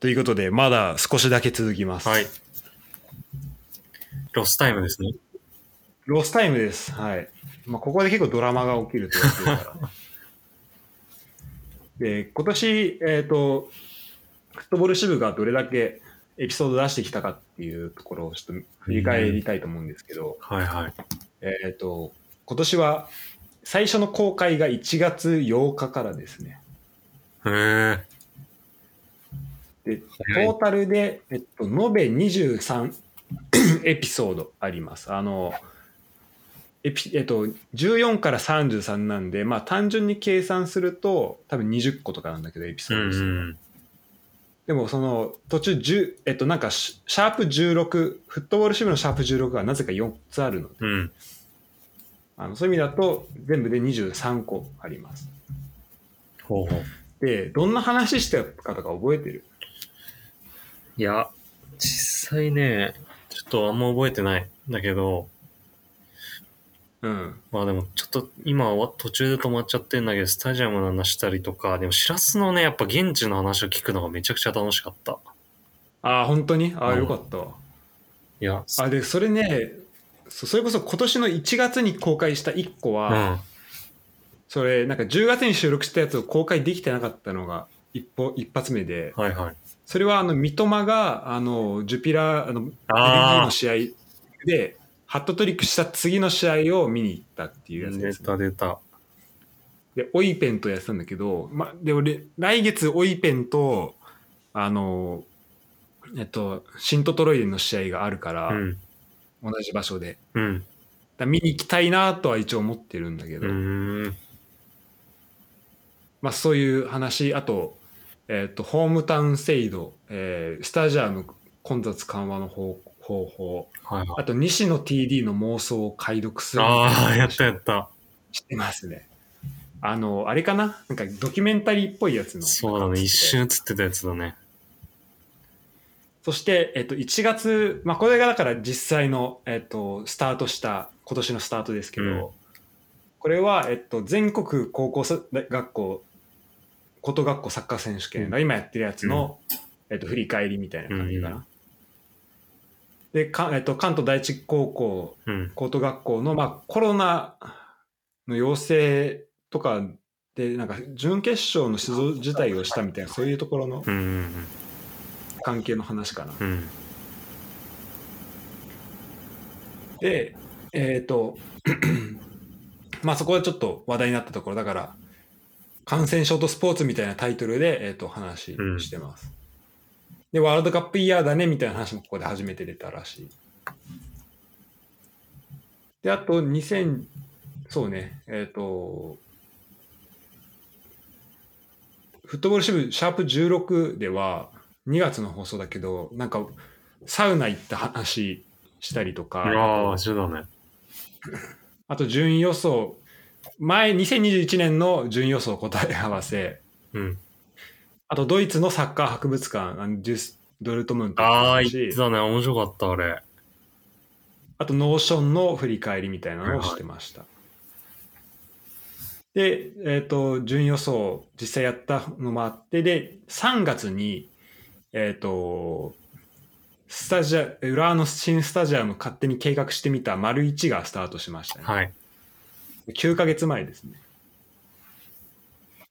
ということで、まだ少しだけ続きます。はい。ロスタイムですね。ロスタイムです。はい。まあ、ここで結構ドラマが起き るということですからで、今年、えっ、と、フットボール支部がどれだけエピソード出してきたかっていうところをちょっと振り返りたいと思うんですけど、はいはい。えっ、と、今年は最初の公開が1月8日からですね。へえ。で、ト早いータルで、えっと、延べ23 エピソードあります。あの、エピえっと、14から33なんで、まあ単純に計算すると多分20個とかなんだけど、エピうソードんです、うん。でもその途中10、えっとなんかシシャープ16、フットボール支部のシャープ16がなぜか4つあるので、うん。あのそういう意味だと全部で23個あります。ほうほう。で、どんな話してたかとか覚えてるいや、実際ね、ちょっとあんま覚えてないんだけど、うん。まあでもちょっと今は途中で止まっちゃってんだけど、スタジアムの話したりとか、でもしらすのね、やっぱ現地の話を聞くのがめちゃくちゃ楽しかった。ああ、本当にああ、うんよかったわ。いや、あでそれねそそれこそ今年の1月に公開した1個うは、ん。それなんか10月に収録したやつを公開できてなかったのが一歩一発目ではいはい。それはあの三笘があのジュピラーあのベルギーあの試合でハットトリックした次の試合を見に行ったっていうやー、つで出すね、た出た。でオイペンとやってたんだけど、ま、で俺来月オイペンとあのえっとシントトロイデンの試合があるから、うん。同じ場所でうん。だから見に行きたいなとは一応思ってるんだけうど、ーん。まあ、そういう話あと,、えー、とホームタウン制度、えースタジアム混雑緩和の方方法はいはい。あと西野 TD の妄想を解読するみたいなああ、やっ話たやった。してますねあのあれかななんかドキュメンタリーっぽいやつのそうだね。一瞬映ってたやつだね。そして、えっと、1月、まあ、これがだから実際の、えっと、スタートした、今年のスタートですけど、うんこれは、えっと、全国高校さ学校、高等学校サッカー選手権が今やってるやつの、えっと、振り返りみたいな感じかな。うんでか、えっと、関東第一高校、うん。高等学校の、まあ、コロナの陽性とかで、なんか、準決勝の出場自体をしたみたいな、そういうところのうんうん関係の話かな。うん。うん。で、えっ、と、 まあそこはちょっと話題になったところだから、感染症とスポーツみたいなタイトルで、えー、と話してます、で、ワールドカップイヤーだねみたいな話もここで初めて出たらしい。で、あと2000、そうね、えっ、と、フットボール支部、シャープ16では、2月の放送だけど、なんか、サウナ行った話したりとか、ああ、そうだね。あと順位予想、前、2021年の順位予想答え合わせ、うん。あとドイツのサッカー博物館、あのデュスドルトムントのああ、話言ってたね。面白かった、あれ。あとノーションの振り返りみたいなのをしてました。で、えっ、と、順位予想、実際やったのもあって、で、3月に、えっ、と、スタジア、浦和の新スタジアム勝手に計画してみた丸1がスタートしましたね。はい。 9ヶ月前ですね。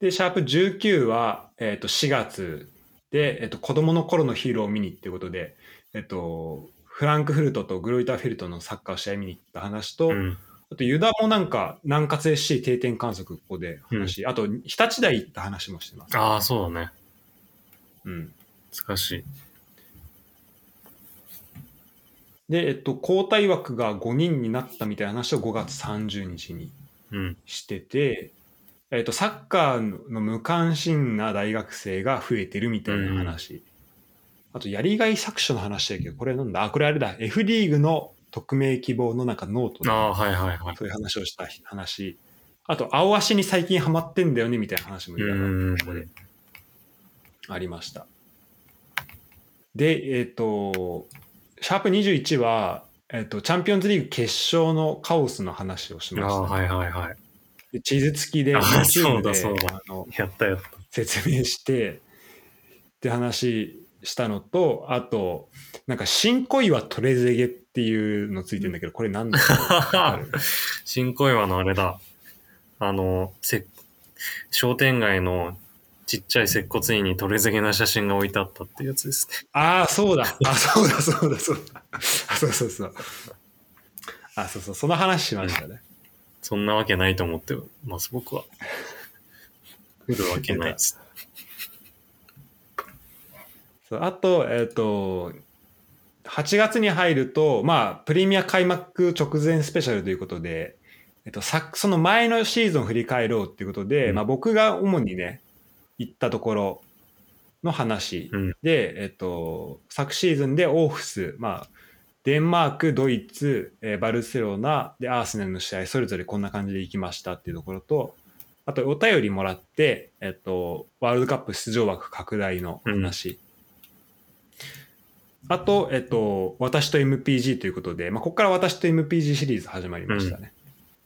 で、シャープ19は、えっと4月で、えっと子供の頃のヒーローを見にっていうことで、えっとフランクフルトとグロイターフィルトのサッカー試合見に行った話と、うん。あとユダもなんか南葛 SC 定点観測ここで話、あと日立大行った話もしてます。ああ、そうだね。うん、難しい。で、えっと交代枠が5人になったみたいな話を5月30日にうん。してて、えっとサッカーの無関心な大学生が増えてるみたいな話、あとやりがい搾取の話だけどこれなんだあこれあれだ F リーグの匿名希望のなんかノートあであ、はいはいはい。そういう話をした話あと青足に最近ハマってんだよねみたいな話もういろいろん。ここでありました。で、えっ、と、シャープ21は、えっ、と、チャンピオンズリーグ決勝のカオスの話をしあましたあ、。はいはいはい。で地図付きで、あ YouTube そうだそうだあのやったやった。説明してって話したのと、あと、なんか、新小岩トレゼゲっていうのついてるんだけど、これなんだろう わかる新小岩のあれだ。あの、せ商店街のちっちゃい接骨院に取れずげな写真が置いてあったっていうやつですね。ああ、そうだ。あ、そうだ、そうだ、そうだ。あ、そうそうそう。あ、そうそう、その話しま したね。そんなわけないと思ってます、僕は。来るわけないです。そうあと、えっ、と、8月に入ると、まあ、プレミア開幕直前スペシャルということで、えっと、さその前のシーズンを振り返ろうっていうことで、うんまあ、僕が主にね、行ったところの話うんで、えっと、昨シーズンでオーフス、まあ、デンマーク、ドイツ、えーバルセロナでアーセナルの試合、それぞれこんな感じで行きましたっていうところと、あとお便りもらって、えっと、ワールドカップ出場枠拡大の話。あと、えっと、私と MPG ということで、まあ、ここから私と MPG シリーズ始まりましたね。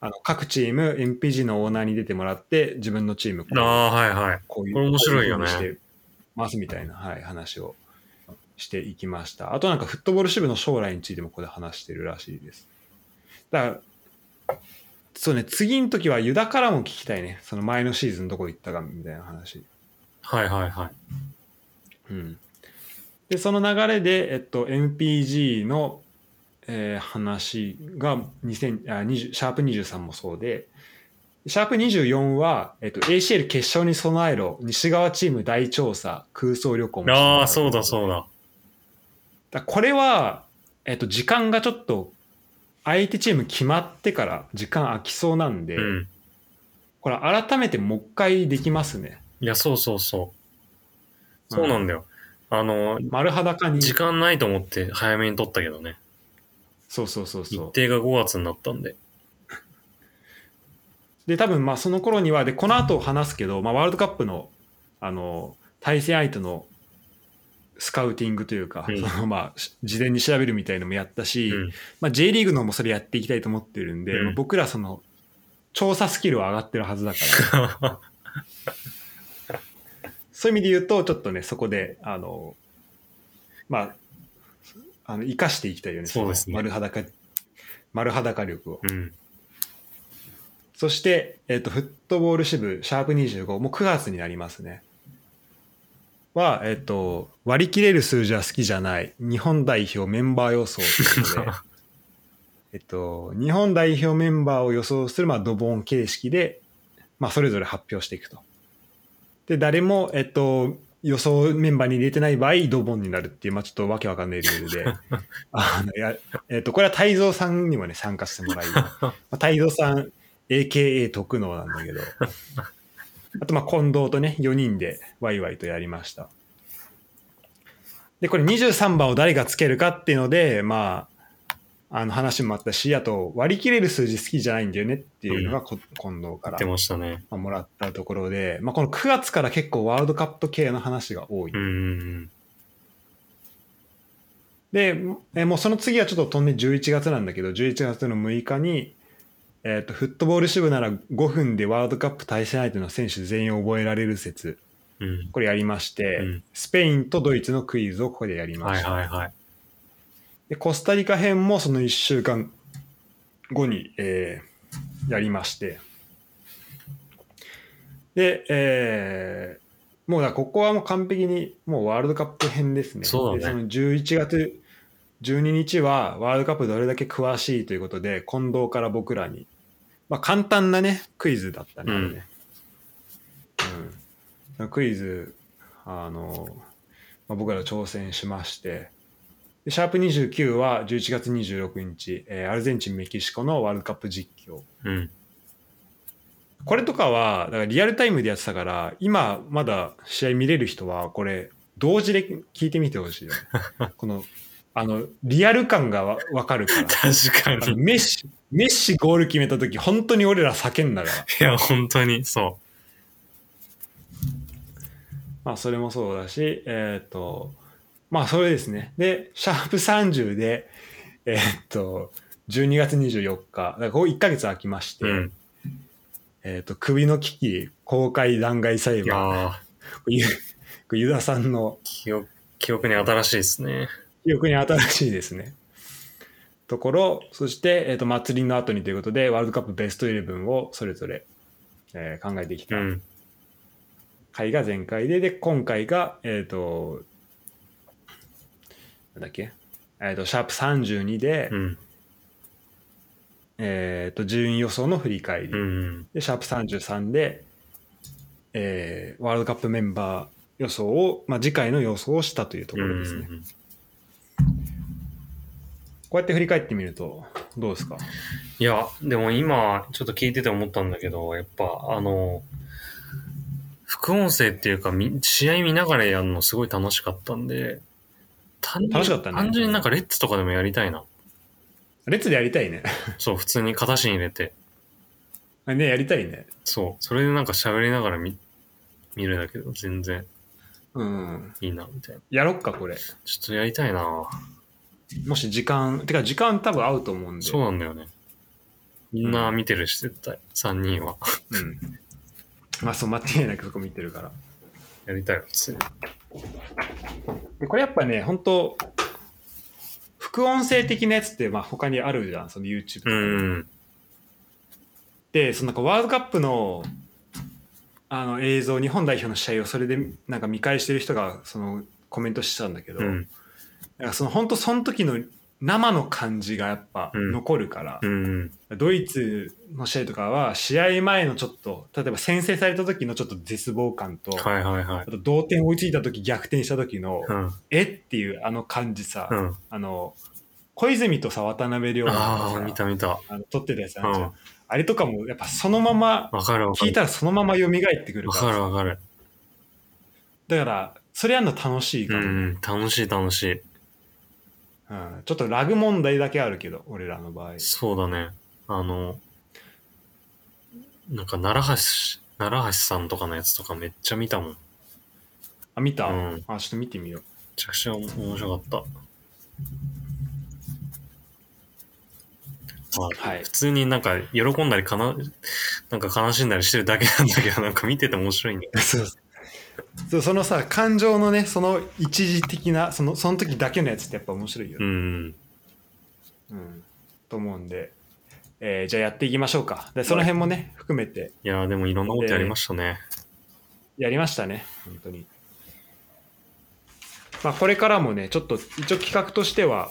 あの各チーム、MPG のオーナーに出てもらって、自分のチームこうああ、はいはい。こういうこれ面白いよねこううふうにしてますみたいな、はい、話をしていきました。あとなんかフットボール支部の将来についてもここで話してるらしいです。だから、そうね、次の時はユダからも聞きたいね。その前のシーズンどこ行ったかみたいな話。はいはいはい。うん。で、その流れで、えっと、MPG の、えー話が2000あ20シャープ23もそうで、シャープ24は、えっと、ACL 決勝に備えろ、西側チーム大調査、空想旅行もああ、そうだう。そうだ。だこれは、えっと、時間がちょっと、相手チーム決まってから時間空きそうなんで、うん。これ改めてもう一回できますね。いや、そうそうそう。そうなんだよ。あの、丸裸に。時間ないと思って早めに撮ったけどね。そうそうそう日そう。程が5月になったんで。で多分まあその頃にはでこの後話すけど、まあ、ワールドカップのあの対戦相手のスカウティングというか、うんそのまあし事前に調べるみたいのもやったし、 うん。まあ、J リーグのもそれやっていきたいと思ってるんで、うんまあ僕らその調査スキルは上がってるはずだから そういう意味で言うとちょっとねそこであのまああの生かしていきたいよねそうですねの丸裸丸裸力を。うん。そして、えっとフットボール支部、シャープ25、もう9月になりますね。は、えっと割り切れる数字は好きじゃない、日本代表メンバー予想ということで、えっと、日本代表メンバーを予想する、まあ、ドボン形式で、まあ、それぞれ発表していくと。で、誰も、えっと、予想メンバーに入れてない場合、ドボンになるっていう、まあ、ちょっとわけわかんないルールで、あのやえっと、これは太蔵さんにもね、参加してもらい、まあ、太蔵さん、AKA 特能なんだけど、あと、まあ、近藤とね、4人でワイワイとやりました。で、これ23番を誰がつけるかっていうので、まあ、あの話もあったし、あと、割り切れる数字好きじゃないんだよねっていうのがこ、近藤から出ましたね。まあもらったところで、まあ、この9月から結構ワールドカップ系の話が多い。うんうんうん。で、えもうその次はちょっと飛んで11月なんだけど、11月の6日に、えー、とフットボール支部なら5分でワールドカップ対戦相手の選手全員を覚えられる説、うん。これやりまして、うんスペインとドイツのクイズをここでやりまはしいた。はいはい。でコスタリカ編もその1週間後に、えーやりましてで、えーもうだここはもう完璧にもうワールドカップ編ですねそうだねでその11月12日はワールドカップどれだけ詳しいということで近藤から僕らに、まあ、簡単なねクイズだったね,あれね、うんそのクイズあの、まあ、僕ら挑戦しましてでシャープ29は11月26日、えーアルゼンチン、メキシコのワールドカップ実況。うん。これとかは、だからリアルタイムでやってたから、今まだ試合見れる人は、これ、同時で聞いてみてほしいよ ね。この、あの、リアル感がわわかるから。確かあのに。メッシ、メッシゴール決めた時本当に俺ら叫んだから。いや、本当に、そまあ、それもそうだし、えっ、と、まあ、それですね。で、シャープ30で、えっ、と、12月24日、だからこう1ヶ月空きまして、う。うん。えっ、と、首の危機、公開弾劾裁いや判、ーゆゆださんの記憶記憶に新しいですね。記憶に新しいですね。ところ、そして、えっ、と、祭りの後にということで、ワールドカップベスト11をそれぞれ、えー考えてきたうん。回が前回で、で、今回が、えっ、と、なんだっけ、えっ、と、シャープ32で、うん。えっ、と、順位予想の振り返り。うん。で、シャープ33で、えーワールドカップメンバー予想を、まあ、次回の予想をしたというところですね。うんこうやって振り返ってみると、どうですかいや、でも今、ちょっと聞いてて思ったんだけど、やっぱ、あの、副音声っていうか、み試合見ながらやるのすごい楽しかったんで、単楽しかったね単純になんかレッツとかでもやりたいな。列でやりたいね。 そう、普通に形に入れて。ね、やりたいね。そう、それでなんか喋りながら見、見るだけど、全然うん。いいな、みたいな。やろっか、これ。ちょっとやりたいなもし時間、てか時間多分合うと思うんで。そうなんだよね。みんな見てるし、絶対。3人は。うん。まあ、そう、間違いなくそこ見てるから。 やりたいよ、普通に。でこれやっぱね、本当副音声的なやつって、まあ、他にあるじゃん、その YouTube とかうで。ん。で、そのなんかワールドカップのあの映像、日本代表の試合をそれでなんか見返してる人がそのコメントしてたんだけど、うなんん。かその本当その時の生の感じがやっぱうん残るからう、ん。ドイツの試合とかは試合前のちょっと、例えば先制された時のちょっと絶望感と、はいはいはいあ。と同点追いついた時逆転した時の、うん。えっていうあの感じさ、うん。あの、小泉とさ、渡辺亮ああ、が見さた見た。あの撮ってたやつあうるじゃんん。あれとかもやっぱそのままわかるわか聞いる。たらそのまま蘇ってくるわかからるわかる。だからそれやるの楽しいかうら、ん。楽しい楽しい。うんちょっとラグ問題だけあるけど俺らの場合そうだね。あの、なんか、奈良橋、奈良橋さんとかのやつとかめっちゃ見たもん。めあ見た、うんあちょっと見てみようちゃくちゃ面白かった。まあ、はい普通になんか、喜んだりかな、なんか悲しんだりしてるだけなんだけど、 なんか見てて面白いんだよ。そうそうそのさ感情のねその一時的なそのその時だけのやつってやっぱ面白いよう、ん。うんと思うんで、えーじゃあやっていきましょうかでその辺もね含めていやーでもいろんなことやりましたね。やりましたね本当にまあこれからもねちょっと一応企画としては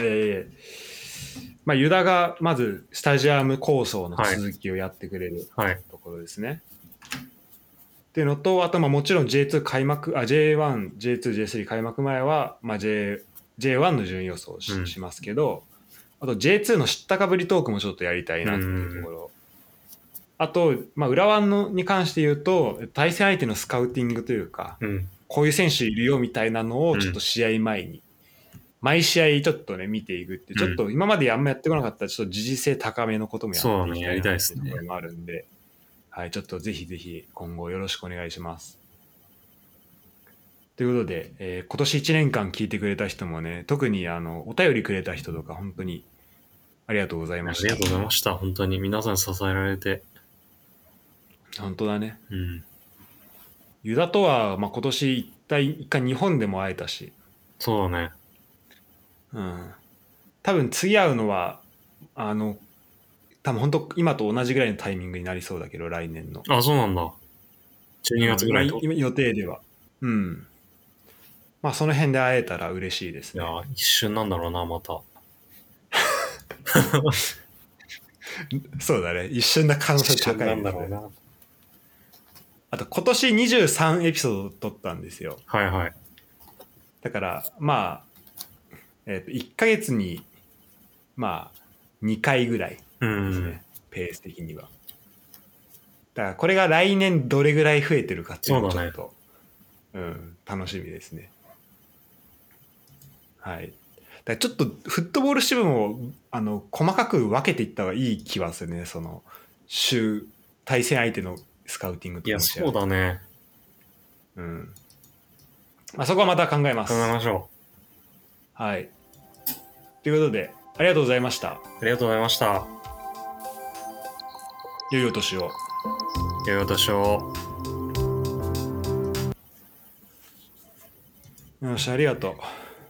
えーまあユダがまずスタジアム構想の続きをやってくれるはい。ところですね、っていうのとあとまあもちろん J2 開幕あ J1J2J3 開幕前は、まあ、J J1 の順位予想をし,、うんしますけどあと J2 の知ったかぶりトークもちょっとやりたいなっていうところ、あと、まあ、浦和のに関して言うと対戦相手のスカウティングというかうん。こういう選手いるよみたいなのうをんちょっと試合前に、毎試合ちょっとね見ていくってちょっと今まであんまやってこなかったちょっと時事性高めのこともやっていきたいそうだねやりたいですねなってところもあるんで、はい、ちょっとぜひぜひ今後よろしくお願いします。ということで、えー今年1年間聞いてくれた人もね特にあのお便りくれた人とか本当にありがとうございあましりがたとうございました。本当に皆さんに支えられて。本当だねうん。ユダとは、まあ、今年一体一回日本でも会えたしそうだね。うん多分次会うのはあの多分本当今と同じぐらいのタイミングになりそうだけど来年のあ、そうなんだ。12月ぐらいと。い今今予定ではうんまあその辺で会えたら嬉しいですやねー、一瞬なんだろうな、また。そうだね一瞬な可能性一瞬高いなでんす、だろうね、な。あと今年23エピソード撮ったんですよはいはい。だからまあ、えっと1ヶ月にまあ2回ぐらいうん。ペース的には。だからこれが来年どれぐらい増えてるかっていうのがちそうだょねっとう、ん、楽しみですね。はい。だからちょっとフットボール支部もあの細かく分けていった方がいい気はするね、その週対戦相手のスカウティングといかや、もそうだね。うんまあ、そこはまた考えます考。えましょはい。ということで、ありがとうございました。う。ありがとうございました。良いお年を。良いお年を。よし、ありがとう。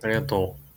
ありがとう。